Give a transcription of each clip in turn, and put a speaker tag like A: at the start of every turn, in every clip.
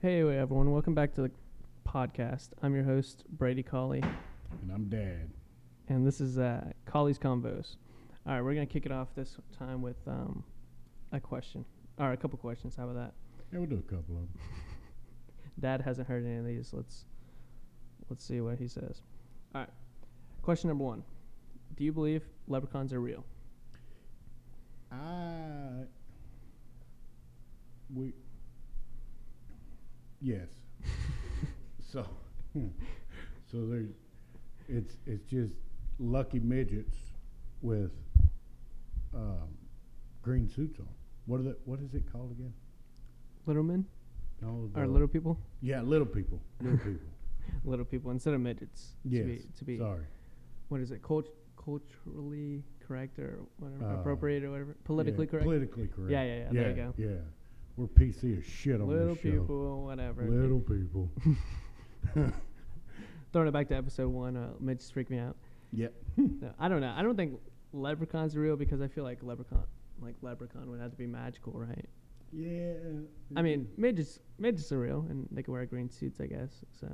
A: Hey everyone, welcome back to the podcast. I'm your host Brady Colley,
B: And I'm Dad.
A: and this is uh, Colley's Convos. All right, we're gonna kick it off this time with um, a question, or a couple questions. How about that?
B: Yeah, we'll do a couple of them.
A: Dad hasn't heard any of these. Let's let's see what he says. All right, question number one: Do you believe leprechauns are real?
B: I we yes. so so there's it's it's just lucky midgets with um, green suits on. What are the, what is it called again?
A: Little men
B: No,
A: or
B: the-
A: little people?
B: yeah, little people, little people.
A: Little people instead of midgets.
B: yes,
A: To be, to be
B: sorry.
A: what is it? Cult- culturally correct or whatever,
B: Uh,
A: appropriate or whatever,
B: Yeah,
A: politically correct.
B: Politically correct.
A: Yeah, yeah, yeah, there you go.
B: Yeah, we're PC as shit on
A: Little
B: this show.
A: people, whatever.
B: Little people.
A: Throwing it back to episode one, uh, Mitch freaked me out.
B: Yep.
A: No, I don't know. I don't think leprechauns are real because I feel like leprechaun, like leprechaun, would have to be magical, right?
B: Yeah.
A: I mean,
B: Mm-hmm.
A: midgets, midgets are real, and they can wear green suits, I guess. So,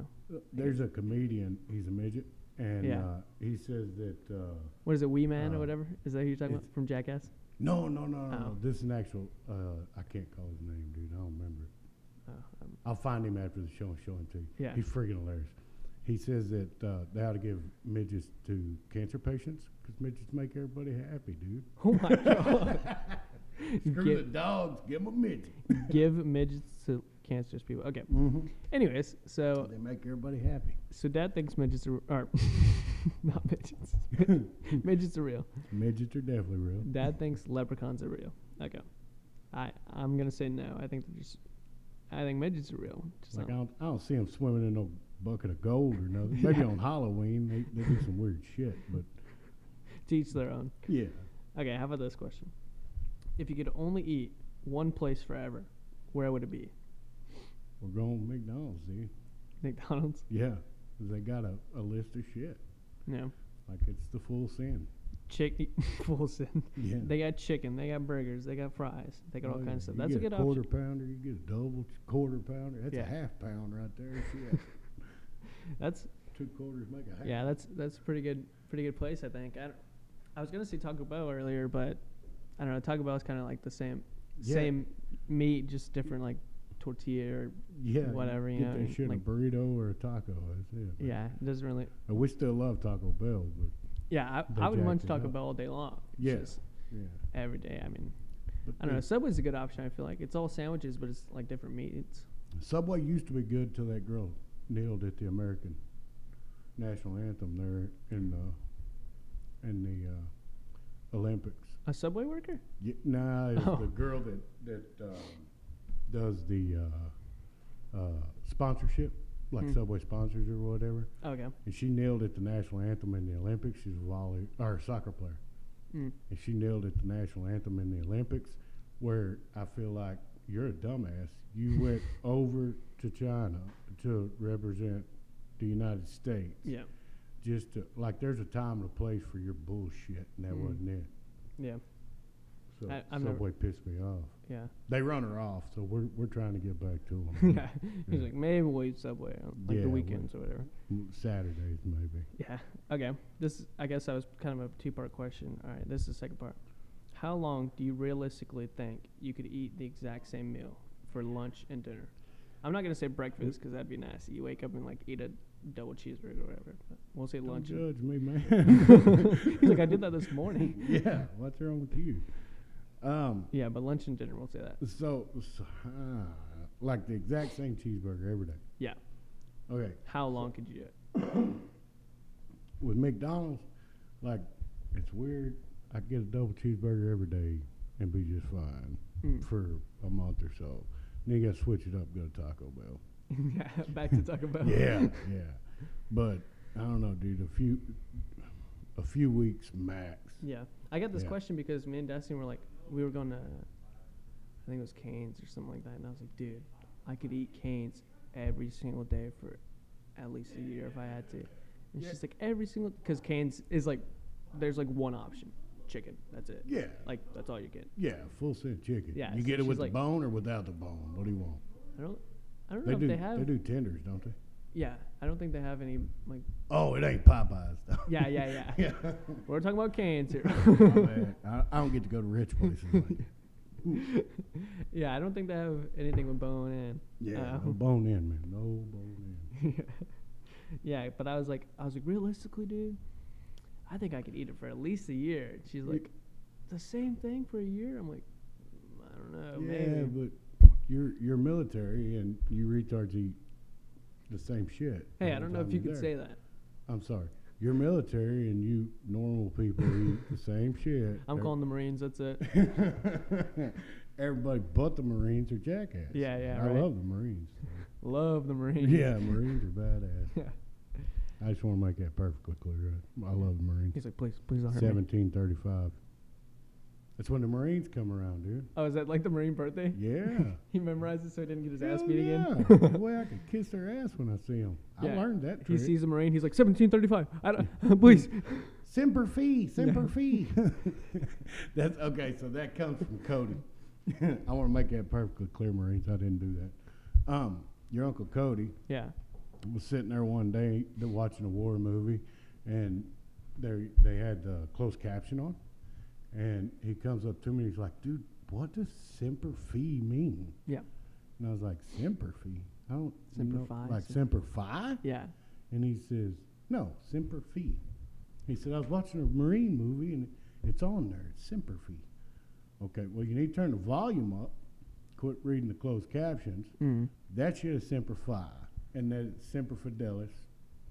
B: there's a comedian. He's a midget, and
A: Yeah.
B: uh, he says that. Uh,
A: what is it, Wee Man or
B: Uh,
A: whatever? Is that who you're talking about
B: it's-
A: from Jackass?
B: no, no, no, no,
A: Oh.
B: no. This is an actual. Uh, I can't call his name, dude. I don't remember.
A: Oh, um,
B: I'll find him after the show and show him to you.
A: Yeah.
B: He's freaking hilarious. He says that uh, they ought to give midgets to cancer patients because midgets make everybody happy, dude.
A: oh my god!
B: Screw
A: Give-
B: the dogs, give them a midget.
A: Give midgets to cancerous people. Okay.
B: Mm-hmm.
A: Anyways, so
B: They make everybody happy.
A: so Dad thinks midgets are or not midgets. midgets are real.
B: Midgets are definitely real.
A: Dad thinks leprechauns are real. Okay. I I'm gonna say no. I think they're just. I think midgets are real. Just
B: Like I
A: not-
B: don't, I don't see them swimming in no bucket of gold or nothing. Maybe on Halloween they, they do some weird shit, but uh,
A: to each their own.
B: yeah,
A: Okay, how about this question? If you could only eat one place forever, where would it be?
B: we're going to McDonald's, dude.
A: McDonald's?
B: Yeah, 'cause they got a, a list of shit.
A: No.
B: Like it's the full sin.
A: Chicken. Full sin.
B: Yeah,
A: They got chicken. They got burgers. They got fries. They got all
B: Oh, yeah.
A: kinds of stuff.
B: You
A: That's a
B: get
A: good
B: a quarter
A: option.
B: pounder. You get a double quarter pounder. That's
A: Yeah.
B: a half pound right there. Shit,
A: That's
B: two quarters make a half.
A: yeah. That's that's a pretty good. Pretty good place, I think. I, don't- I was gonna say Taco Bell earlier, but I don't know. Taco Bell is kind of like the same.
B: Yeah.
A: Same meat, just different like tortilla or
B: yeah,
A: whatever, you
B: get
A: know,
B: that
A: and
B: shit
A: like-
B: a burrito or a taco. That's it.
A: Yeah, it doesn't really.
B: And we still love Taco Bell, but
A: Yeah,
B: They
A: I, I would
B: jacked
A: munch
B: it
A: Taco
B: up.
A: Bell all day long. It's
B: Yeah.
A: just
B: yeah.
A: every day. I mean,
B: But
A: I don't know.
B: yeah.
A: Subway's a good option. I feel like it's all sandwiches, but it's like different meats.
B: Subway used to be good till that girl kneeled at the American national anthem there in the in the uh, Olympics.
A: A Subway worker?
B: Y nah, it's
A: Oh.
B: the girl that that um, does the uh, uh, sponsorship, like
A: Hmm.
B: Subway sponsors or whatever.
A: Okay.
B: And she kneeled at the national anthem in the Olympics. She's a volley or a soccer player,
A: Mm.
B: and she kneeled at the national anthem in the Olympics. Where I feel like you're a dumbass. You went over to China to represent the United States.
A: Yeah.
B: Just to like, there's a time and a place for your bullshit, and that
A: Mm.
B: wasn't it.
A: Yeah.
B: So
A: I- I've never-
B: Subway pissed me off.
A: Yeah.
B: They run her off, so we're we're trying to get back to them.
A: yeah. He's like, maybe we'll eat Subway on like
B: Yeah,
A: the
B: we-
A: weekends or whatever.
B: Saturdays maybe.
A: Yeah. Okay. This, I guess, that was kind of a two-part question. All right. This is the second part. How long do you realistically think you could eat the exact same meal for lunch and dinner? I'm not gonna say breakfast because that'd be nasty. You wake up and like eat a double cheeseburger or whatever. But we'll say
B: Don't
A: lunch. and-
B: judge me, man.
A: He's like, I did that this morning.
B: yeah, what's wrong with you? Um,
A: Yeah, but lunch and dinner, we'll say that.
B: so, so uh, like the exact same cheeseburger every day.
A: Yeah.
B: Okay,
A: How long could you do it?
B: with McDonald's, like it's weird. I could get a double cheeseburger every day and be just fine
A: Mm.
B: for a month or so. Then you got to switch it up, go to Taco Bell.
A: Hmm. yeah, back to Taco Bell.
B: yeah, yeah. But I don't know, dude. A few, a few weeks max.
A: Yeah. I got this
B: Yeah.
A: question because me and Destiny were like, we were going to, I think it was Canes or something like that. And I was like, dude, I could eat Canes every single day for at least a year if I had to. And
B: Yeah.
A: she's like, every single, because Canes is like, there's like one option chicken. That's it.
B: Yeah,
A: Like, that's all you get.
B: yeah. Full set chicken.
A: Yeah,
B: you
A: so
B: get it
A: she's
B: with
A: like-
B: the bone or without the bone. What do you want?
A: I don't, I don't
B: They
A: know
B: do.
A: if they have.
B: They do tenders, don't they?
A: Yeah, I don't think they have any like.
B: Oh, it ain't Popeyes though.
A: Yeah, yeah, yeah.
B: yeah.
A: We're talking about cans here.
B: Oh, man. I, I don't get to go to rich places. Like,
A: yeah, I don't think they have anything with bone in.
B: yeah, no
A: Oh.
B: bone in, man. No bone in.
A: yeah, but I was like, I was like, realistically, dude, I think I could eat it for at least a year. And she's
B: Yeah.
A: like, the same thing for a year. I'm like, "Mm, I don't know,
B: yeah,
A: maybe.
B: but you're you're military and you retards eat the same shit.
A: Hey,
B: all
A: I
B: the
A: don't know
B: time
A: if you
B: you're
A: could
B: there.
A: say that.
B: I'm sorry. You're military and you normal people eat the same shit.
A: I'm calling the Marines. That's it.
B: calling. Everybody but the Marines are jackass.
A: Yeah, yeah,
B: I
A: right.
B: love the Marines.
A: Love the Marines.
B: yeah, Marines are badass.
A: Yeah.
B: I just want to make that perfectly clear. I I love the Marines.
A: He's like, please, please don't hurt me.
B: 1735. That's when the Marines come around, dude.
A: Oh, is that like the Marine birthday?
B: Yeah.
A: He memorized it so he didn't get his ass
B: Hell
A: beat
B: yeah.
A: again.
B: the way I could kiss their ass when I see them. I
A: Yeah.
B: learned that
A: He
B: trick.
A: sees a Marine. He's like, 1735. I don't, please.
B: Semper Fi, Semper Fi. That's okay. So that comes from Cody. I want to make that perfectly clear, Marines. I didn't do that. Um, your uncle Cody
A: Yeah.
B: was sitting there one day th- watching a war movie, and they they had uh, closed caption on, and he comes up to me. He's like, "Dude, what does Semper Fi mean?"
A: Yeah.
B: And I was like, "Semper Fi. I don't
A: Semper
B: know,
A: Fi,
B: like
A: Sem-
B: Semper Fi."
A: Yeah.
B: And he says, No, Semper Fi. He said, I was watching a Marine movie and it's on there. It's Semper Fi. Okay, well, you need to turn the volume up, quit reading the closed captions.
A: Mm.
B: That shit is Semper Fi. And that it's Semper Fidelis.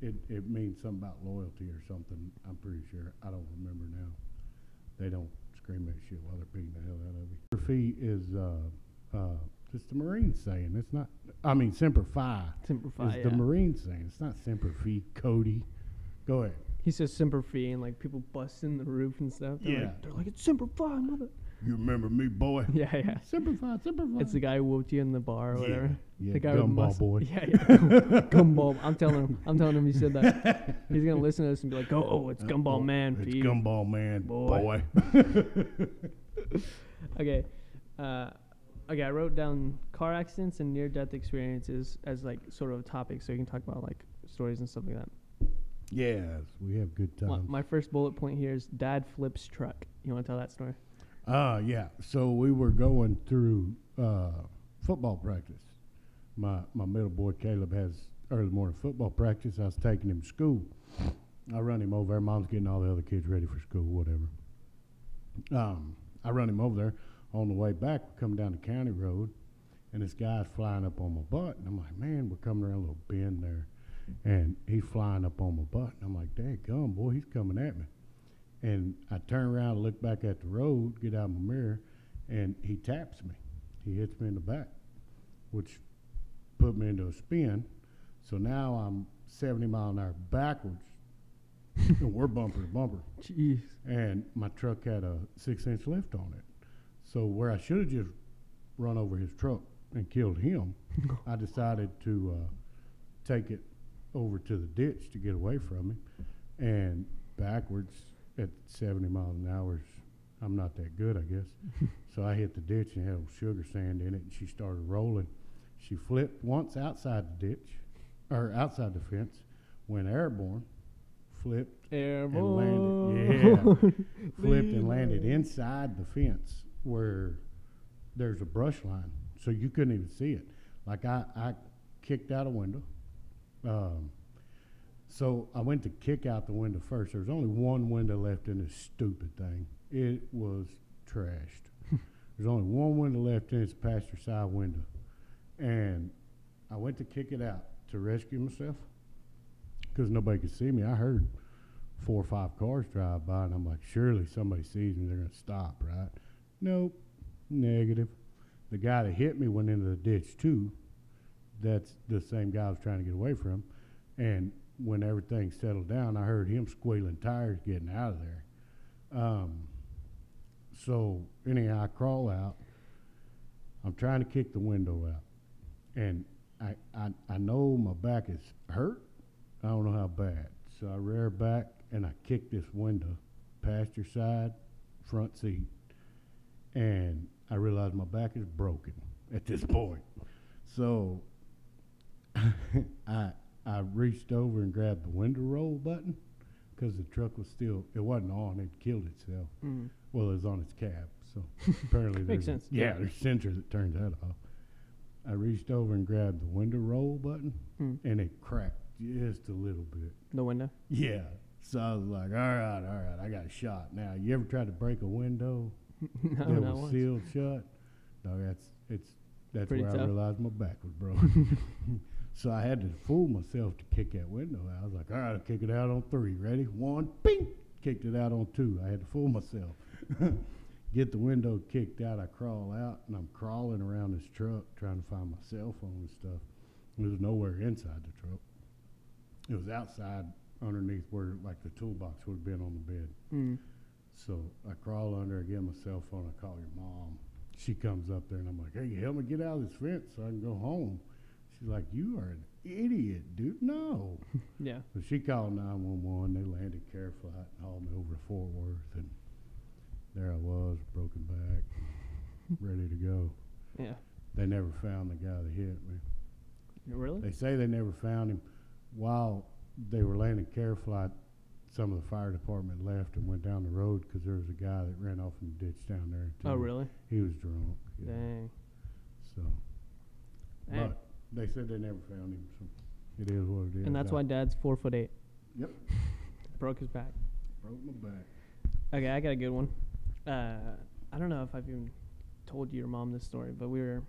B: It, it means something about loyalty or something, I'm pretty sure. I don't remember now. They don't scream that shit while they're beating the hell out of you. Semper Fi is uh, uh, just the Marine saying. It's not, I mean, Semper Fi
A: Simplify.
B: is
A: Yeah.
B: the Marine saying. It's not Semper Fi, Cody. Go ahead.
A: he says Semper Fi and like people bust in the roof and stuff. They're
B: Yeah.
A: Like, they're like, it's Semper Fi, mother.
B: You remember me, boy?
A: Yeah, yeah.
B: Semper Fi, Semper Fi.
A: It's the guy who whooped you in the bar or
B: Yeah.
A: whatever.
B: Yeah,
A: the guy with
B: gumball
A: mus-
B: boy.
A: Yeah, yeah. gumball. I'm telling him. I'm telling him he said that. He's gonna listen to this and be like, oh, oh it's Gumball Man.
B: It's
A: Fi."
B: Gumball Man, boy.
A: Boy. Okay. Uh, okay, I wrote down car accidents and near death experiences as like sort of a topic so you can talk about like stories and stuff like that.
B: yes, we have good
A: My,
B: times.
A: my first bullet point here is dad flips truck. You want to tell that story?
B: Uh, yeah. So we were going through uh, football practice. My my middle boy Caleb has early morning football practice. I was taking him to school. I run him over there. Mom's getting all the other kids ready for school, whatever. Um, I run him over there. On the way back, we come down the county road, and this guy's flying up on my butt. And I'm like, man, we're coming around a little bend there. And he's flying up on my butt. And I'm like, dang gum, boy, he's coming at me. And I turn around, look back at the road, get out of my mirror, and he taps me. He hits me in the back, which put me into a spin. So now I'm 70 mile an hour backwards, and we're bumper to bumper.
A: Jeez.
B: And my truck had a six inch lift on it. So where I should have just run over his truck and killed him, I decided to uh, take it over to the ditch to get away from him. And backwards at 70 miles an hour, is- I'm not that good, I guess. so I hit the ditch and had sugar sand in it, and she started rolling. She flipped once outside the ditch, or outside the fence, went airborne, flipped, and
A: Airborne.
B: landed, yeah, flipped and landed inside the fence where there's a brush line, so you couldn't even see it. Like I, I kicked out a window. Um, so I went to kick out the window first. There was only one window left in this stupid thing. It was trashed. There's only one window left in its passenger side window, and I went to kick it out to rescue myself because nobody could see me. I heard four or five cars drive by, and I'm like, surely somebody sees me. They're going to stop, right? Nope. Negative. The guy that hit me went into the ditch, too. That's the same guy I was trying to get away from. And when everything settled down, I heard him squealing tires getting out of there. Um, so, anyhow, I crawl out. I'm trying to kick the window out. And I, I, I know my back is hurt. I don't know how bad. So I rear back and I kick this window, passenger side, front seat, and I realize my back is broken at this point. So I I reached over and grabbed the window roll button because the truck was still it wasn't on. It killed itself.
A: Mm.
B: Well, it was on its cab, so apparently
A: Makes
B: there's a-
A: sense.
B: Yeah, there's a sensor that turns that off. I reached over and grabbed the window roll button,
A: Mm.
B: and it cracked just a little bit.
A: The window.
B: Yeah, so I was like, all right, all right, I got a shot. Now, you ever tried to break a window
A: no,
B: that
A: not
B: was
A: once.
B: sealed shut? No, that's it's that's
A: Pretty
B: where I
A: tough.
B: realized my back was broken. so I had to fool myself to kick that window out. I was like, all right, I'll kick it out on three. Ready? One, bing! Kicked it out on two. I had to fool myself. Get the window kicked out. I crawl out and I'm crawling around this truck trying to find my cell phone and stuff. It was nowhere inside the truck. It was outside underneath where like the toolbox would have been on the bed.
A: Mm.
B: So I crawl under, I get my cell phone, I call your mom. She comes up there and I'm like, hey, you help me get out of this fence so I can go home. She's like, you are an idiot, dude. No.
A: Yeah.
B: So she called 911. They landed care flight and hauled me over to Fort Worth. And there I was, broken back, ready to go.
A: Yeah.
B: They never found the guy that hit me.
A: Really?
B: They say they never found him. While they were landing care flight, some of the fire department left and went down the road because there was a guy that ran off in the ditch down there.
A: Oh,
B: too.
A: really?
B: He was drunk. Yeah.
A: Dang.
B: So,
A: Dang.
B: but they said they never found him. So it is what it is.
A: and that's
B: I
A: why Dad's four foot eight.
B: Yep.
A: Broke his back.
B: broke my back.
A: Okay, I got a good one. Uh, I don't know if I've even told your mom this story, but we were,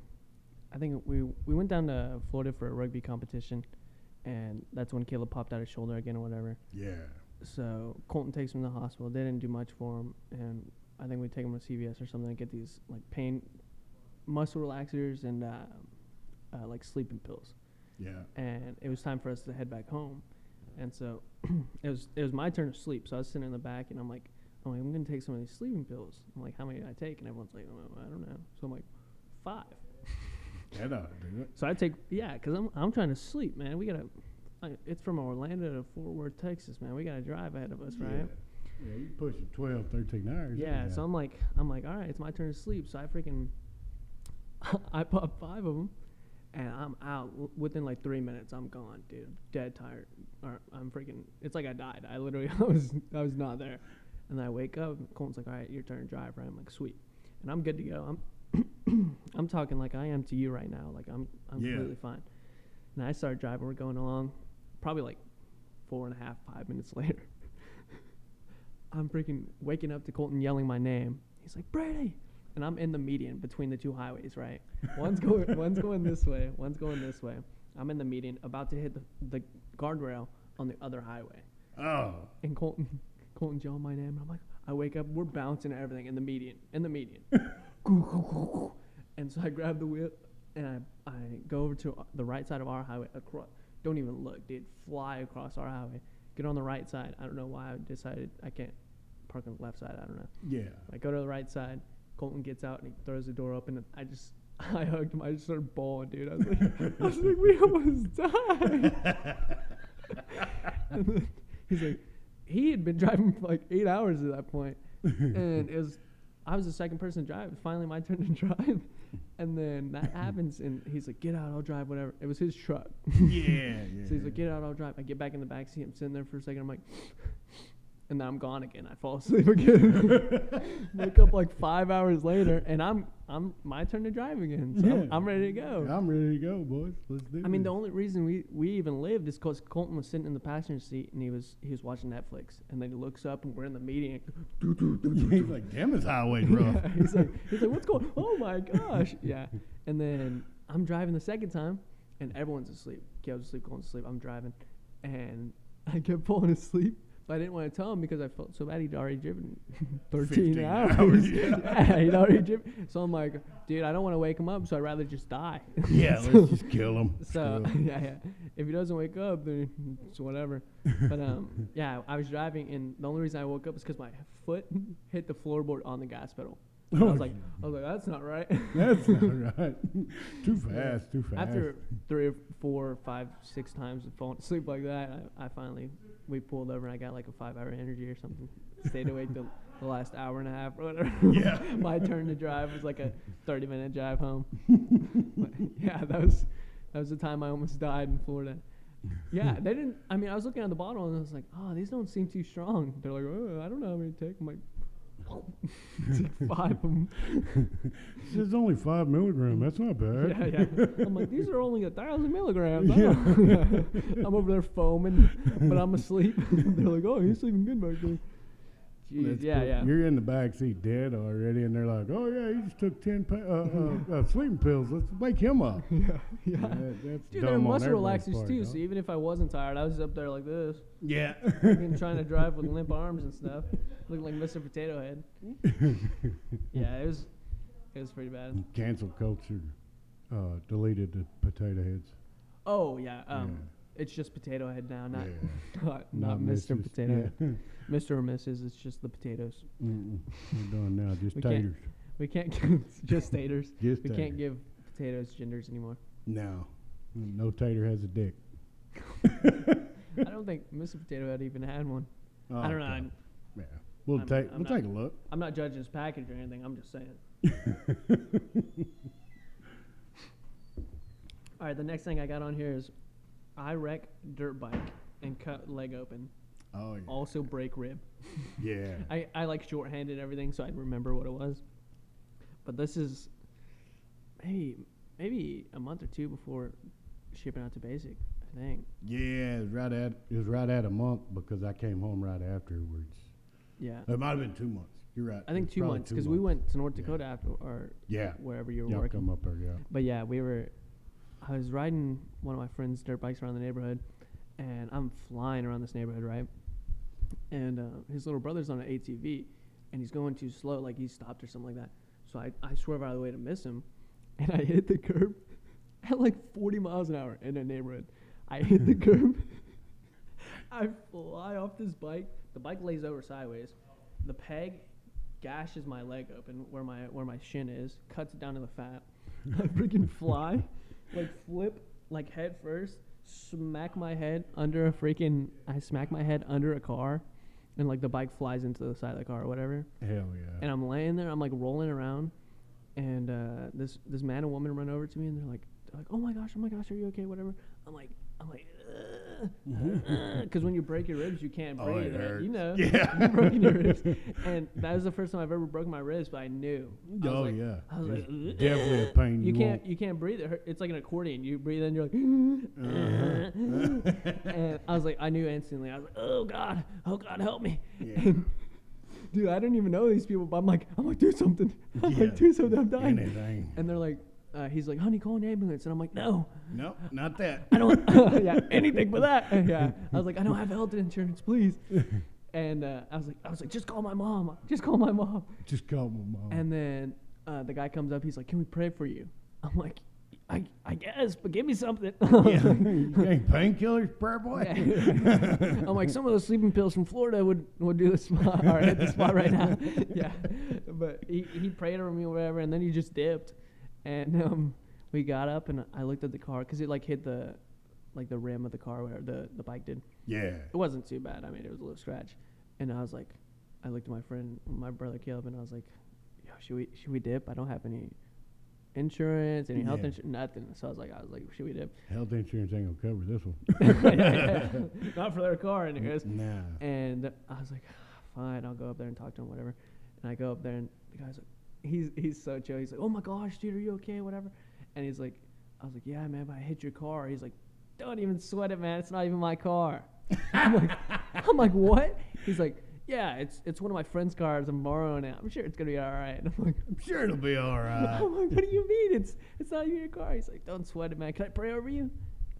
A: I think we we went down to Florida for a rugby competition, and that's when Caleb popped out his shoulder again or whatever.
B: Yeah.
A: So Colton takes him to the hospital. They didn't do much for him, and I think we take him to CVS or something to get these like pain, muscle relaxers and uh, uh, like sleeping pills
B: Yeah.
A: and it was time for us to head back home. And so it was it was my turn to sleep. So I was sitting in the back, and I'm like, I'm like, I'm gonna take some of these sleeping pills. I'm like, how many did I take? And everyone's like, oh, I don't know. So I'm like, five.
B: That ought to do it.
A: So I take yeah, cause I'm I'm trying to sleep, man. We gotta. I, it's from Orlando to Fort Worth, Texas, man. We got to drive ahead of us, right?
B: Yeah, yeah you push it 12, 13 hours.
A: Yeah. So I'm like, I'm like, all right, it's my turn to sleep. So I freaking, I popped five of them, and I'm out W- within like three minutes. I'm gone, dude. Dead tired. Or I'm freaking. It's like I died. I literally, I was, I was not there. And then I wake up. And Colton's like, all right, your turn to drive. Right? I'm like, sweet. And I'm good to go. I'm, I'm talking like I am to you right now. Like I'm, I'm
B: Yeah.
A: completely fine. And I start driving. We're going along. Probably like four and a half, five minutes later. I'm freaking waking up to Colton yelling my name. He's like, Brady. And I'm in the median between the two highways, right? One's going one's going this way, one's going this way. I'm in the median, about to hit the, the guardrail on the other highway.
B: Oh,
A: And Colton Colton's yelling my name and I'm like, I wake up, we're bouncing at everything in the median. In the median. and so I grab the wheel and I, I go over to the right side of our highway across don't even look, dude. Fly across our highway. Get on the right side. I don't know why I decided I can't park on the left side. I don't know.
B: yeah.
A: I go to the right side. Colton gets out and he throws the door open. And I just, I hugged him. I just started bawling, dude. I was like, I was like, we almost died. and then he's like, he had been driving for like eight hours at that point, and it was, I was the second person to drive. It was finally my turn to drive, and then that happens, and he's like, get out, I'll drive, whatever. It was his truck.
B: yeah, yeah.
A: So he's like, get out, I'll drive. I get back in the back seat. I'm sitting there for a second. I'm like, and then I'm gone again. I fall asleep again. Wake up like five hours later, and I'm I'm my turn to drive again. So I'm,
B: Yeah.
A: I'm ready to go.
B: I'm ready to go, boys. Let's do
A: I mean, the
B: this.
A: only reason we, we even lived is because Colton was sitting in the passenger seat and he was he was watching Netflix, and then he looks up and we're in the meeting.
B: He's like, damn, this highway's rough.
A: Yeah, he's like, he's like, what's going? Oh my gosh! Yeah. And then I'm driving the second time, and everyone's asleep. Caleb's asleep, Colin's asleep. I'm driving, and I kept falling asleep. But I didn't want to tell him because I felt so bad. He'd already driven 13
B: 15
A: hours.
B: hours,
A: yeah.
B: yeah.
A: he'd already driven. So I'm like, dude, I don't want to wake him up, so I'd rather just die.
B: yeah, let's just kill him.
A: So yeah, yeah. If he doesn't wake up, then it's whatever. But um, yeah, I was driving, and the only reason I woke up is because my foot hit the floorboard on the gas pedal. And
B: Oh,
A: I was like, I was like, that's not right.
B: That's not right. too fast, too fast.
A: After three or four, five, six times of falling asleep like that, I, I finally we pulled over and I got like a five-hour energy or something. Stayed awake the, the last hour and a half or whatever.
B: Yeah.
A: my turn to drive was like a thirty-minute drive home. But, yeah, that was That was the time I almost died in Florida. Yeah, they didn't. I mean, I was looking at the bottle and I was like, oh, these don't seem too strong. They're like, oh, I don't know how many to take. I'm like, take five of them.
B: It's only five milligram. That's not
A: Yeah,
B: bad.
A: yeah. I'm like, these are only a thousand milligrams. I don't know." I'm over there foaming, but I'm asleep. They're like, oh, you're sleeping good back there. Jeez,
B: That's
A: yeah,
B: cool.
A: yeah.
B: You're in the back seat dead already, and they're like, "Oh yeah, you just took ten pa- uh, uh, uh, sleeping pills. Let's wake him up."
A: yeah, yeah.
B: Yeah, that- that's
A: Dude,
B: dumb
A: they're
B: on
A: muscle
B: everybody's
A: relaxers
B: part,
A: too.
B: dog.
A: So even if I wasn't tired, I was up there like this,
B: yeah,
A: freaking trying to drive with limp arms and stuff, looking like Mr. Potato Head. yeah, it was, it was pretty bad.
B: cancel culture uh, deleted the potato heads.
A: Oh yeah, um, it's just Potato Head now, not
B: Yeah.
A: not, not Mr.
B: Mrs.
A: Potato Head.
B: Yeah.
A: Mr. or Mrs. It's just the potatoes.
B: Mm-mm. We're doing now just
A: We
B: taters.
A: can't- We can't give just taters.
B: Just
A: We
B: taters.
A: can't give potatoes genders anymore.
B: no. No tater has a dick.
A: I don't think Mr. Potato Head even had one. I don't know.
B: Oh, Okay.
A: I'm,
B: Yeah. We'll
A: I'm-
B: take
A: I'm
B: we'll
A: not-
B: take a look.
A: I'm not judging his package or anything. I'm just saying. All right, the next thing I got on here is I wreck dirt bike and cut leg open.
B: Oh yeah.
A: Also break rib.
B: yeah.
A: I, I like shorthanded everything so I'd remember what it was. But this is maybe maybe a month or two before shipping out to basic, I think.
B: Yeah, it was right at it was right at a month because I came home right afterwards.
A: Yeah.
B: It might have been two months. You're right.
A: I
B: It
A: think
B: was
A: two
B: probably
A: months because we
B: months.
A: went to North
B: Yeah.
A: Dakota after or
B: Yeah.
A: wherever you were
B: Y'all
A: working.
B: come up there, yeah.
A: But yeah, we were. I was riding one of my friend's dirt bikes around the neighborhood, and I'm flying around this neighborhood, right? And uh, his little brother's on an ATV, and he's going too slow, like he stopped or something like that. So I, I swerve out of the way to miss him, and I hit the curb at like 40 miles an hour in a neighborhood. I hit the curb. I fly off this bike. The bike lays over sideways. The peg gashes my leg open where my where my shin is, cuts it down to the fat. I freaking fly, like flip, like head first, smack my head under a freaking. I smack my head under a car, and like the bike flies into the side of the car or whatever.
B: Hell yeah.
A: And I'm laying there, I'm like rolling around, and uh, this this man and woman run over to me and they're like, they're like, oh my gosh, oh my gosh, are you okay? Whatever. I'm like, I'm like, because when you break your ribs, you can't
B: Oh,
A: breathe.
B: it
A: right? You
B: hurts.
A: know,
B: Yeah.
A: you've broken your ribs, and that was the first time I've ever broken my ribs, but I knew. I was
B: oh
A: like-
B: yeah.
A: I was
B: It's
A: like,
B: definitely a pain you,
A: You can't
B: won't-
A: you can't breathe. It hurt. It's like an accordion. You breathe in, you're like, and I was like, I knew instantly. I was like, oh god, oh god, help me.
B: Yeah.
A: Dude, I didn't even know these people, but I'm like, I'm like, do something. I'm
B: Yeah.
A: like, do something. I'm dying.
B: Anything.
A: And they're like, uh, he's like, honey, call an ambulance. And I'm like, no,
B: No, not that.
A: I don't, yeah, anything but that. And, yeah, I was like, I don't have health insurance, please. And uh, I was like, I was like, just call my mom. Just call my mom.
B: Just call my mom.
A: And then uh, the guy comes up. He's like, "Can we pray for you?" I'm like, "I, I guess, but give me something."
B: yeah. you ain't painkillers, prayer boy.
A: I'm like, some of those sleeping pills from Florida would would do the spot or hit the spot right now. yeah, but he, he prayed over me or whatever, and then he just dipped, and um, we got up and I looked at the car because it like hit the like the rim of the car where the the bike did
B: Yeah.
A: it wasn't too bad. I mean, it was a little scratch, and I was like, I looked at my friend, my brother Caleb, and I was like, Yo, should we should we dip? I don't have any insurance, any health
B: Yeah.
A: insurance, nothing. So I was like, I was like, should we dip?
B: Health insurance ain't gonna cover this one.
A: Not for their car, anyways.
B: nah.
A: And I was like, "Ah, fine, I'll go up there and talk to him, whatever. And I go up there, and the guy's like, he's he's so chill. He's like, oh my gosh, dude, are you okay? Whatever. And he's like, I was like, yeah, man, but I hit your car. He's like, don't even sweat it, man. It's not even my car. I'm like, I'm like, what? He's like, yeah, it's it's one of my friend's cars. I'm borrowing it. I'm sure it's gonna be all right. And I'm like.
B: I'm sure it'll be all right.
A: I'm like, what do you mean? It's it's not even your car. He's like, don't sweat it, man. Can I pray over you?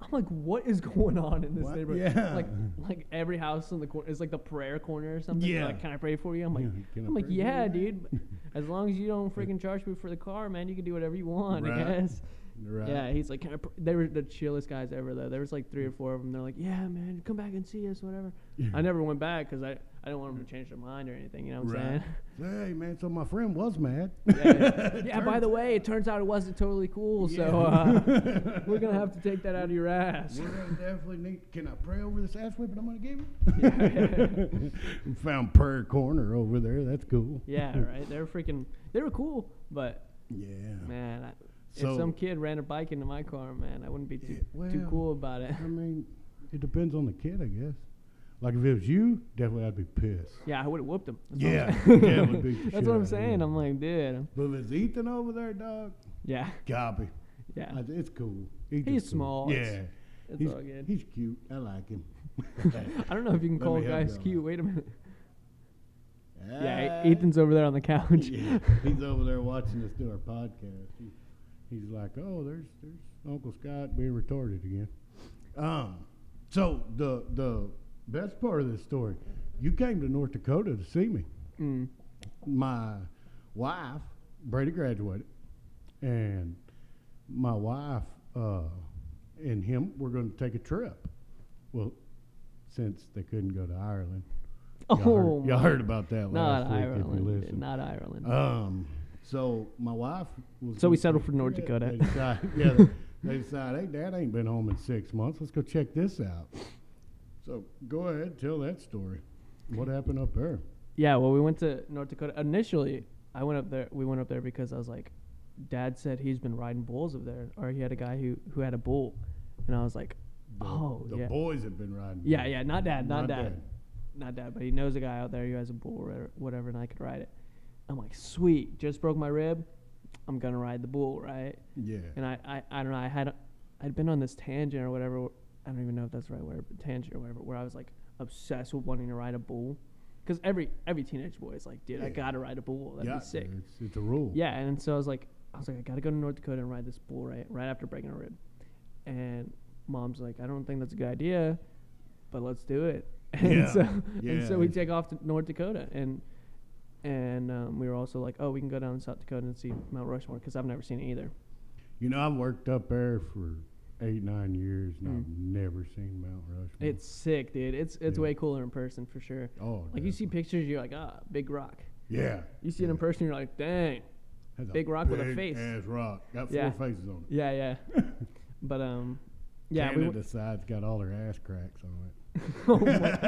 A: I'm like, what is going on in this
B: What?
A: neighborhood?
B: Yeah.
A: Like, like every house in the corner is like the prayer corner or something. They're
B: Yeah.
A: Like, can I pray for you? I'm like,
B: Yeah, can I
A: I'm like,
B: pray for
A: yeah,
B: you?"
A: dude. but As long as you don't freaking charge me for the car, man, you can do whatever you want.
B: Right.
A: I guess.
B: Right.
A: Yeah. He's like, can I? Pr-? They were the chillest guys ever though. There was like three or four of them. They're like, yeah, man, come back and see us, whatever. I never went back because I I didn't want them to change their mind or anything. You know what I'm
B: Right.
A: saying?
B: Hey man, so my friend was mad.
A: yeah, yeah by the way, it turns out it wasn't totally cool, so uh, we're gonna have to take that out of your ass.
B: We're gonna definitely need. Can I pray over this ass whipping I'm gonna give
A: yeah,
B: you? We Found prayer corner over there. That's cool.
A: right. They were freaking. They were cool, but
B: Yeah.
A: man, I, if
B: So-
A: some kid ran a bike into my car, man, I wouldn't be too
B: Yeah,
A: too
B: well,
A: cool about it.
B: I mean, it depends on the kid, I guess. Like if it was you, definitely I'd be pissed.
A: Yeah, I would have whooped him. That's what I'm
B: Yeah,
A: saying.
B: yeah, it would beat the
A: That's
B: shit
A: what
B: out
A: I'm
B: of
A: saying.
B: him.
A: I'm like, dude,
B: But if it's Ethan over there, dog,
A: yeah,
B: gobby.
A: yeah.
B: I- It's cool. He's,
A: He's
B: just
A: small.
B: Cool.
A: It's-
B: Yeah,
A: It's
B: he's,
A: all good.
B: he's cute. I like him.
A: I don't know if you can
B: Let
A: call
B: me help you
A: guys
B: on
A: cute.
B: that.
A: Wait a minute. Yeah,
B: Ah.
A: E- Ethan's over there on the couch.
B: Yeah, he's over there watching us do our podcast. He, he's like, "Oh, there's there's Uncle Scott being retarded again." Um, so the the best part of this story, you came to North Dakota to see me.
A: Mm.
B: My wife, Brady graduated, and my wife uh, and him were going to take a trip. Well, since they couldn't go to Ireland,
A: Oh,
B: y'all, heard, y'all
A: my-
B: heard about that last
A: not
B: week if you
A: Ireland.
B: listened.
A: Not Ireland.
B: Um, so my wife was.
A: So we
B: gonna
A: settled
B: take
A: for
B: a
A: North
B: trip.
A: Dakota.
B: They decide, yeah, they, they decide, hey, Dad ain't been home in six months. Let's go check this out. So go ahead, tell that story. What happened up there?
A: Yeah, well, we went to North Dakota. Initially, I went up there. We went up there because I was like, Dad said he's been riding bulls up there, or he had a guy who who had a bull, and I was like,
B: The,
A: Oh,
B: the
A: yeah.
B: boys have been riding.
A: Yeah,
B: bulls.
A: yeah, not dad, not dad. not dad, but he knows a guy out there who has a bull or whatever, and I could ride it. I'm like, sweet, just broke my rib. I'm gonna ride the bull, right?
B: Yeah,
A: And I, I, I don't know. I had, I'd been on this tangent or whatever. I don't even know if that's the right word, but tangent or whatever, where I was like obsessed with wanting to ride a bull, because every every teenage boy is like, dude, I
B: Yeah.
A: gotta ride a bull. That'd
B: yeah. Mm-hmm.
A: be sick.
B: It's, it's a rule.
A: Yeah, and so I was like, I was like, I gotta go to North Dakota and ride this bull right right after breaking a rib, and mom's like, I don't think that's a good idea, but let's do it. And
B: Yeah,
A: so and
B: yeah,
A: so we
B: it's-
A: take off to North Dakota, and and um, we were also like, oh, we can go down to South Dakota and see Mount Rushmore because I've never seen it either.
B: You know, I've worked up there for eight, nine years, and
A: Mm.
B: I've never seen Mount Rushmore.
A: It's sick, dude. It's it's
B: Yeah.
A: way cooler in person for sure.
B: oh,
A: Like you see pictures, you're like, ah, big rock.
B: yeah,
A: You see it in person, you're like, dang.
B: Has
A: big rock with a
B: big
A: face.
B: Ass rock got four
A: Yeah.
B: faces on it.
A: Yeah, yeah. but um, yeah, we
B: Canada
A: went,
B: side's got all their ass cracks on it.
A: Oh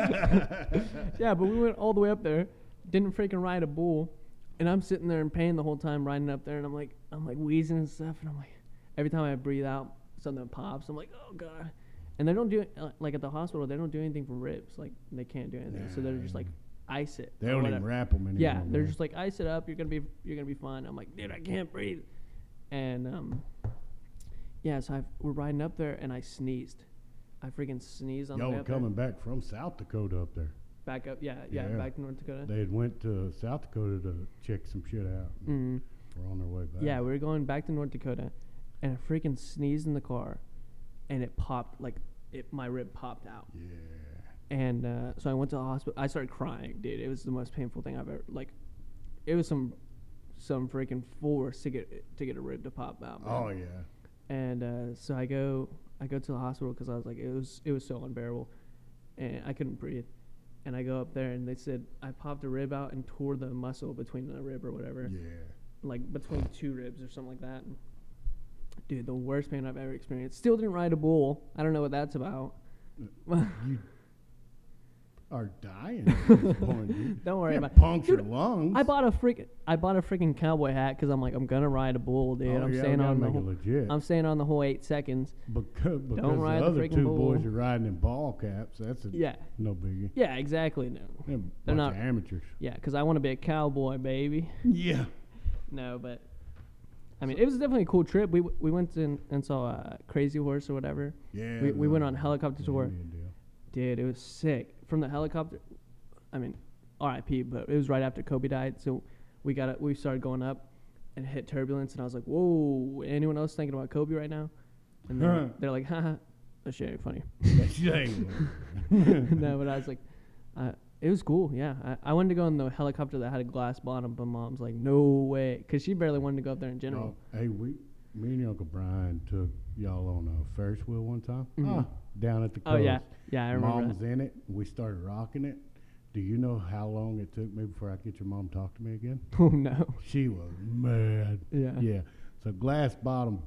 A: my- yeah, but we went all the way up there, didn't freaking ride a bull, and I'm sitting there in pain the whole time riding up there, and I'm like, I'm like wheezing and stuff, and I'm like, every time I breathe out, something pops. I'm like, oh god, and they don't do uh, like at the hospital, they don't do anything for ribs, like they can't do anything, so they're just like ice it.
B: They
A: or
B: don't even
A: whatever.
B: wrap them anymore.
A: Yeah, they're
B: Oh, man.
A: just like ice it up. You're gonna be you're gonna be fine. I'm like, dude, I can't breathe. And um, yeah, so I we're riding up there, and I sneezed. I freaking sneezed on
B: y'all
A: the way
B: were
A: up there.
B: coming back from South Dakota up there.
A: Back up, yeah, yeah,
B: Yeah.
A: back to North Dakota.
B: They had went to South Dakota to check some shit out. and
A: Mm.
B: We're on their way back.
A: Yeah, we were going back to North Dakota, and I freaking sneezed in the car, and it popped like it. My rib popped out,
B: Yeah.
A: and uh, so I went to the hospital. I started crying, dude. It was the most painful thing I've ever like. It was some some freaking force to get to get a rib to pop out. man.
B: Oh yeah.
A: and uh, so I go I go to the hospital because I was like it was it was so unbearable, and I couldn't breathe, and I go up there and they said I popped a rib out and tore the muscle between the rib or whatever,
B: Yeah.
A: like between two ribs or something like that. Dude, the worst pain I've ever experienced. Still didn't ride a bull. I don't know what that's about.
B: You are dying at this point. dude.
A: Don't worry
B: You
A: about it.
B: puncture lungs.
A: I bought a freaking I bought a freaking cowboy hat because I'm like I'm gonna ride a bull, dude.
B: Oh,
A: I'm
B: yeah, we
A: staying
B: gotta
A: on the
B: make it
A: whole,
B: legit.
A: I'm staying on the whole eight seconds.
B: because, because
A: ride the
B: the other
A: freaking
B: two
A: bull.
B: boys are riding in ball caps. That's a
A: Yeah,
B: no biggie.
A: yeah, exactly. No, They're
B: They're, bunch
A: not-
B: of amateurs.
A: yeah, because I want to be a cowboy, baby.
B: Yeah.
A: No, but I mean, it was definitely a cool trip. We we went in and saw uh, Crazy Horse or whatever.
B: Yeah.
A: We- we went
B: no,
A: on helicopter
B: yeah,
A: tour.
B: Indian deal.
A: Dude, it was sick. From the helicopter, I mean, R.I.P. But it was right after Kobe died, so we got it. We started going up and hit turbulence, and I was like, "Whoa! Anyone else thinking about Kobe right now?" And then they're like, "Haha, that shit ain't funny."
B: That's shame.
A: no, but I was like, uh, it was cool. Yeah, I, I wanted to go in the helicopter that had a glass bottom, but mom's like, "No way," because she barely wanted to go up there in general.
B: Oh, hey, we, me and your Uncle Brian took y'all on a Ferris wheel one time. Ah, down at the
A: Oh,
B: coast.
A: yeah, yeah, I remember.
B: Mom
A: that.
B: was in it. We started rocking it. Do you know how long it took me before I could get your mom to talk to me again?
A: Oh no.
B: She was mad.
A: Yeah.
B: Yeah. So glass bottom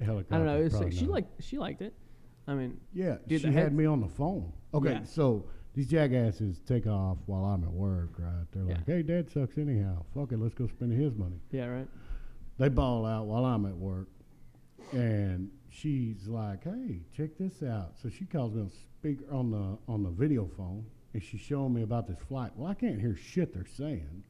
B: helicopter.
A: I don't know. It was
B: probably
A: sick. She
B: not.
A: liked she liked it. I mean,
B: Yeah,
A: Dude,
B: she
A: the
B: had
A: heads-
B: me on the phone. Okay,
A: Yeah.
B: so these jackasses take off while I'm at work, right? They're
A: Yeah.
B: like, "Hey, Dad sucks anyhow. Fuck it, let's go spend his money."
A: yeah, right.
B: They ball out while I'm at work, and she's like, "Hey, check this out." So she calls me on speaker on the on the video phone, and she's showing me about this flight. Well, I can't hear shit they're saying.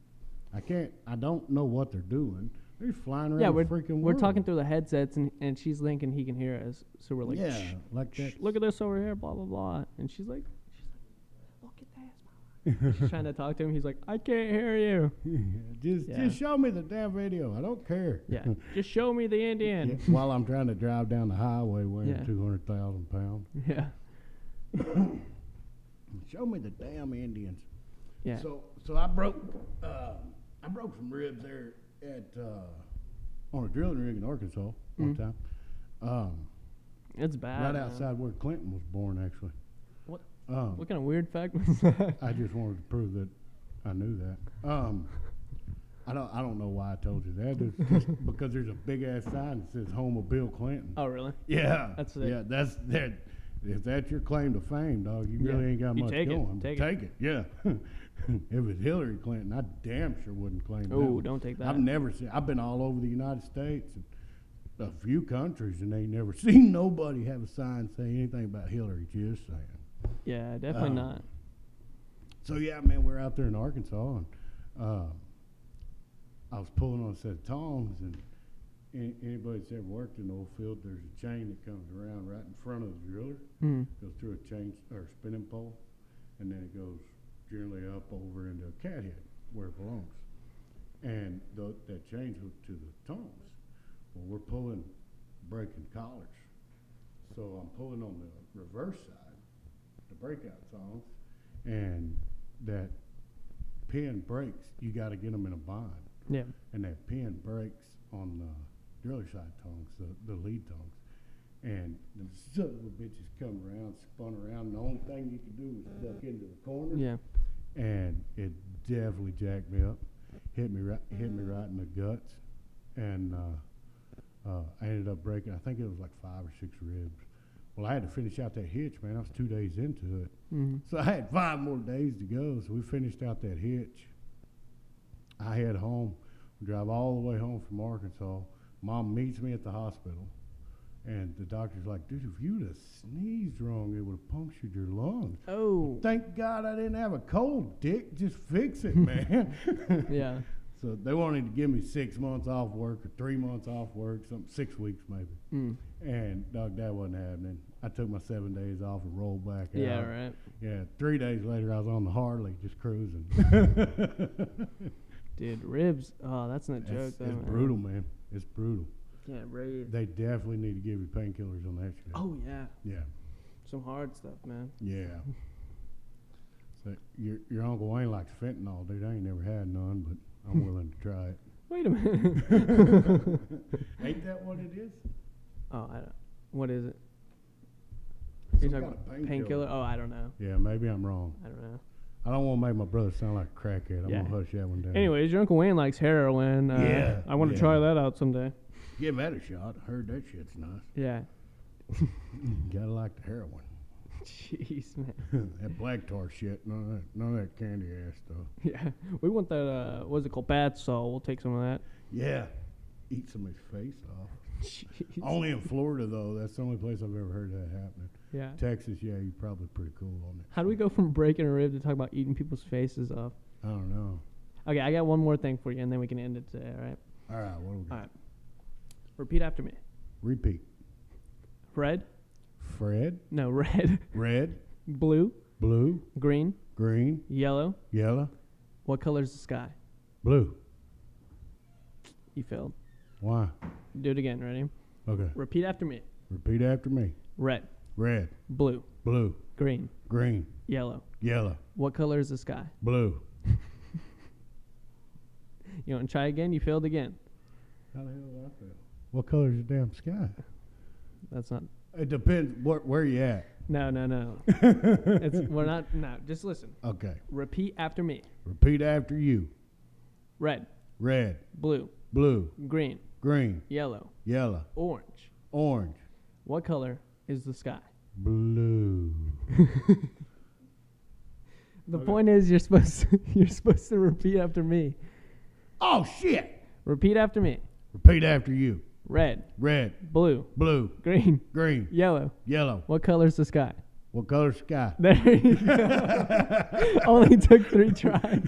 B: I can't. I don't know what they're doing. They're flying around.
A: yeah,
B: the
A: we're
B: freaking.
A: we're
B: world.
A: talking through the headsets, and, and she's thinking he can hear us. So we're like,
B: yeah,
A: "Shh,
B: like
A: shh,
B: that.
A: look at this over here, blah blah blah. And she's like, she's like, look at that. She's trying to talk to him. He's like, I can't hear you.
B: just
A: Yeah.
B: just show me the damn video. I don't care.
A: Yeah, just show me the
B: Yeah,
A: Indian.
B: while I'm trying to drive down the highway weighing
A: Yeah.
B: 200,000 pounds.
A: Yeah,
B: Show me the damn Indians.
A: yeah.
B: So so I broke uh, I broke some ribs there at uh, on a drilling rig in Arkansas one
A: Mhm.
B: time. Um,
A: it's bad.
B: right
A: man.
B: outside where Clinton was born actually.
A: What-
B: Um,
A: What kind of weird fact was that?
B: I just wanted to prove that I knew that. Um, I don't I don't know why I told you that. It's just because there's a big ass sign that says home of Bill Clinton.
A: Oh, really?
B: Yeah,
A: That's it.
B: yeah. That's that. If that's your claim to fame, dog, you
A: Yeah.
B: really ain't got
A: You
B: much
A: take it,
B: going.
A: take it.
B: take it. Yeah. if it was Hillary Clinton, I damn sure wouldn't claim that.
A: Oh,
B: one.
A: don't take that.
B: I've never seen. I've been all over the United States and a few countries, and they never seen nobody have a sign saying anything about Hillary. Just saying.
A: Yeah, definitely
B: Um,
A: not.
B: So yeah, man, we're out there in Arkansas, and uh, I was pulling on a set of tongs, and an- anybody that's ever worked in the oil field, there's a chain that comes around right in front of the driller,
A: Mm.
B: goes through a chain or spinning pole, and then it goes generally up over into a cathead where it belongs, and tho- that chain's hooked to the tongs. Well, we're pulling, breaking collars, so I'm pulling on the reverse side, the breakout tongs, and that pin breaks. You got to get them in a bind,
A: Yeah.
B: and that pin breaks on the driller side tongs, the, the lead tongs. And the son of a bitches come around, spun around. The only thing you could do was duck into the corner
A: Yeah.
B: and it definitely jacked me up. Hit me right, hit me right in the guts, and uh, uh, I ended up breaking. I think it was like five or six ribs. Well, I had to finish out that hitch, man. I was two days into it,
A: Mm-hmm.
B: so I had five more days to go. So we finished out that hitch. I head home, drive all the way home from Arkansas. Mom meets me at the hospital, and the doctor's like, "Dude, if you'd have sneezed wrong, it would have punctured your lungs."
A: Oh.
B: Thank God I didn't have a cold, Dick. Just fix it, man.
A: Yeah.
B: So they wanted to give me six months off work or three months off work, something six weeks maybe.
A: Mm.
B: And dog, that wasn't happening. I took my seven days off and rolled back out.
A: Yeah. Right.
B: Yeah. Three days later, I was on the Harley just cruising.
A: Dude, ribs. Oh, that's no joke.
B: it's
A: though,
B: it's
A: man.
B: brutal, man. It's brutal.
A: Can't breathe.
B: They definitely need to give you painkillers on that shit.
A: Oh yeah,
B: Yeah.
A: some hard stuff, man.
B: Yeah. So your your uncle Wayne likes fentanyl, dude. I ain't never had none, but I'm willing to try it.
A: Wait a minute.
B: Ain't that what it is?
A: oh, I don't. What is it?
B: Some
A: You're talking
B: kind of
A: about painkiller? Oh, I don't know.
B: Yeah, maybe I'm wrong.
A: I don't know.
B: I don't want to make my brother sound like a crackhead. I'm
A: Yeah.
B: gonna hush that one down.
A: Anyways, your uncle Wayne likes heroin. Uh,
B: Uh, Yeah,
A: I want to
B: yeah.
A: try that out someday.
B: give that a shot. I heard that shit's nice.
A: Yeah.
B: Gotta like the heroin.
A: Jeez, man.
B: that black tar shit. None of that, none of that candy ass stuff.
A: Yeah, we want that. Uh, what's it called? Bad Sol. We'll take some of that.
B: Yeah, eat somebody's face off.
A: Jeez.
B: only in Florida though. That's the only place I've ever heard that happening.
A: Yeah.
B: Texas, yeah, you're probably pretty cool on it.
A: How do we go from breaking a rib to talk about eating people's faces off?
B: I don't know.
A: Okay, I got one more thing for you, and then we can end it today. All right.
B: All right, what do we got?
A: All right. Repeat after me.
B: Repeat.
A: Red.
B: Fred,
A: No, red,
B: red,
A: blue,
B: blue,
A: green,
B: green,
A: yellow.
B: yellow,
A: What color's the sky?
B: blue.
A: You failed.
B: Why?
A: Do it again. Ready?
B: Okay.
A: Repeat after me.
B: Repeat after me.
A: Red,
B: Red,
A: blue,
B: blue,
A: green,
B: green,
A: yellow.
B: yellow,
A: What color is the sky?
B: blue.
A: You want to try again? You failed again.
B: How the hell did I fail? What color's the damn sky?
A: That's not.
B: It depends where, where you at.
A: No, no, no. it's, we're not. No, just listen.
B: Okay.
A: Repeat after me.
B: Repeat after you.
A: Red,
B: Red,
A: blue,
B: blue,
A: green,
B: green,
A: yellow,
B: yellow,
A: orange.
B: orange,
A: What color is the sky?
B: blue.
A: The
B: Okay.
A: point is, you're supposed to, you're supposed to repeat after me.
B: Oh shit!
A: Repeat after me.
B: Repeat after you.
A: Red,
B: Red,
A: blue,
B: blue,
A: green,
B: green,
A: yellow.
B: yellow.
A: What color's the sky?
B: What color sky?
A: There you go. Only took three tries.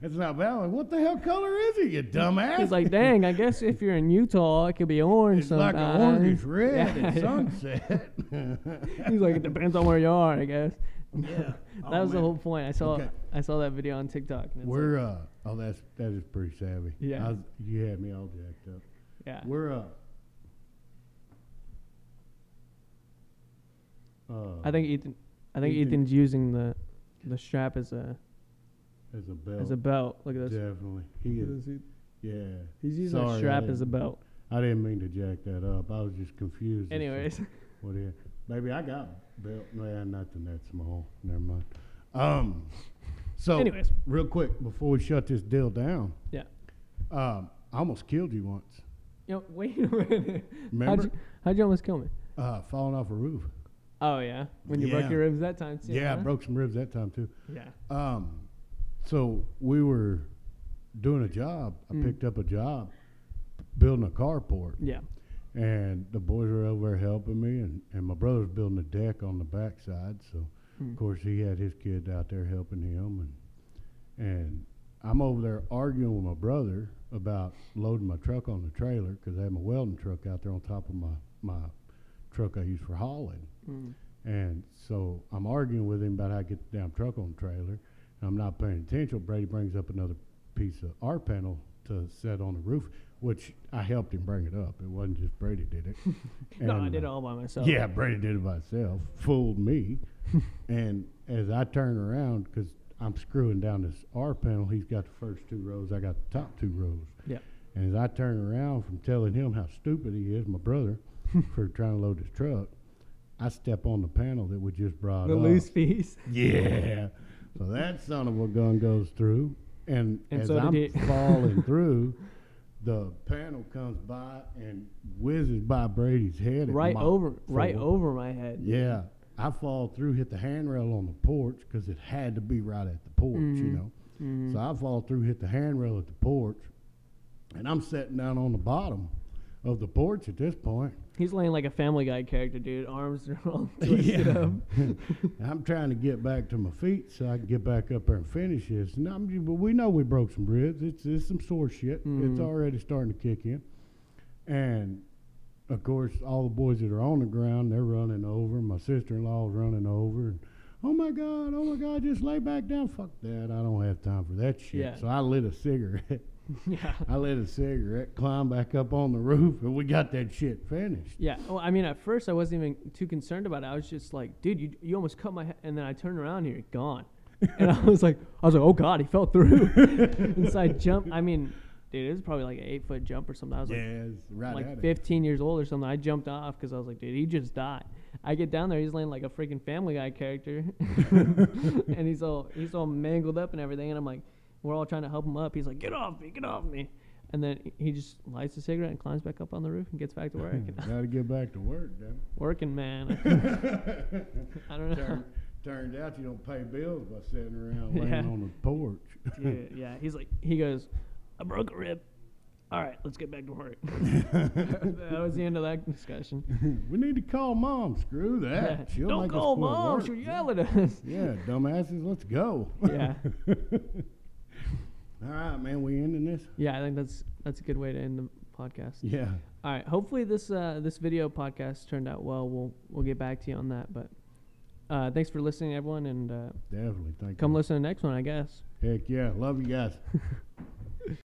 B: That's not valid. What the hell color is it, you dumbass?
A: It's like, dang, I guess if you're in Utah, it could be orange
B: It's like an orange red
A: Yeah,
B: at
A: yeah.
B: sunset.
A: He's like, it depends on where you are, I guess.
B: yeah. oh,
A: That was the whole point. I saw
B: Okay.
A: I saw that video on TikTok. And it's
B: We're uh oh that's that is pretty savvy.
A: Yeah.
B: I was- you had me all jacked up.
A: like, yeah.
B: We're uh, uh
A: I think Ethan, I think
B: Ethan-
A: Ethan's using the the strap as a
B: as a belt.
A: as a belt. Look at this.
B: definitely. He is yeah.
A: He's using a
B: Sorry,
A: strap
B: I
A: as a
B: didn't-
A: belt.
B: I didn't mean to jack that up. I was just confused. as to
A: Anyways,
B: What is maybe I got belt no nothing that small. Never mind. Um so
A: Anyways.
B: real quick before we shut this deal down.
A: Yeah.
B: Um I almost killed you once.
A: yo, wait a minute.
B: Remember?
A: How'd you, how'd you almost kill me?
B: uh, falling off a roof.
A: Oh yeah, when you broke
B: Yeah.
A: your ribs that time too.
B: Yeah, I
A: huh?
B: broke some ribs that time too.
A: Yeah.
B: Um, so we were doing a job. I
A: Mm.
B: picked up a job building a carport,
A: Yeah.
B: and the boys were over there helping me, and, and my brother's building a deck on the backside. So
A: Mm.
B: of course he had his kid out there helping him, and and I'm over there arguing with my brother about loading my truck on the trailer because I had my welding truck out there on top of my my truck I use for hauling.
A: Mm.
B: And so I'm arguing with him about how to get the damn truck on the trailer. And I'm not paying attention. Brady brings up another piece of our panel to set on the roof, which I helped him bring it up. It wasn't just Brady did it.
A: No, I
B: And,
A: did it
B: uh,
A: all by myself.
B: Yeah, Brady did it by himself. Fooled me. and as I turn around, because I'm screwing down this R panel, he's got the first two rows. I got the top two rows.
A: Yeah.
B: And as I turn around from telling him how stupid he is, my brother, for trying to load his truck, I step on the panel that we just brought
A: The
B: up.
A: loose piece.
B: Yeah. So that son of a gun goes through, and,
A: And
B: as
A: so did
B: I'm
A: it.
B: falling through, the panel comes by and whizzes by Brady's head. at
A: Right
B: Mach
A: over, right
B: four.
A: over my head.
B: Yeah. I fall through, hit the handrail on the porch because it had to be right at the porch, you
A: Mhm.
B: know.
A: Mm.
B: So I fall through, hit the handrail at the porch, and I'm sitting down on the bottom of the porch at this point.
A: He's laying like a Family Guy character, dude. Arms are all twisted up.
B: I'm trying to get back to my feet so I can get back up there and finish this. And I'm, but we know we broke some ribs. It's, it's some sore shit. It's
A: Mhm.
B: already starting to kick in. And of course, all the boys that are on the ground, they're running over. My sister in law's running over. And, oh my God, oh my God, just lay back down. Fuck that. I don't have time for that shit.
A: Yeah.
B: So I lit a cigarette.
A: yeah.
B: I lit a cigarette, climbed back up on the roof, and we got that shit finished.
A: Yeah. Well, I mean, at first I wasn't even too concerned about it. I was just like, dude, you, you almost cut my head. And then I turned around and you're gone. And I was like, I was like, oh God, he fell through. and so I jumped. I mean, dude, it was probably like an eight foot jump or something. I was
B: Yeah,
A: like,
B: it's right at
A: like
B: it.
A: 15 years old or something. I jumped off because I was like, dude, he just died. I get down there, he's laying like a freaking Family Guy character, and he's all he's all mangled up and everything. And I'm like, we're all trying to help him up. He's like, get off me, get off me. And then he just lights a cigarette and climbs back up on the roof and gets back to work. And
B: Got to Hmm, get back to work, damn.
A: working, man. I don't know.
B: Turn, turns out you don't pay bills by sitting around laying
A: Yeah.
B: on the porch.
A: Dude, yeah, he's like, he goes, I broke a rib. All right, let's get back to work. that was the end of that discussion.
B: we need to call mom. Screw that. She'll
A: Don't
B: make
A: call
B: us quit
A: mom.
B: work.
A: She'll yell at us.
B: Yeah, dumbasses, let's go.
A: yeah.
B: All right, man, we ending this?
A: Yeah, I think that's that's a good way to end the podcast.
B: Yeah.
A: All right. Hopefully this uh, this video podcast turned out well. We'll we'll get back to you on that. But uh, thanks for listening, everyone, and uh,
B: Definitely. Thank
A: come
B: you.
A: listen to the next one, I guess.
B: Heck yeah. Love you guys.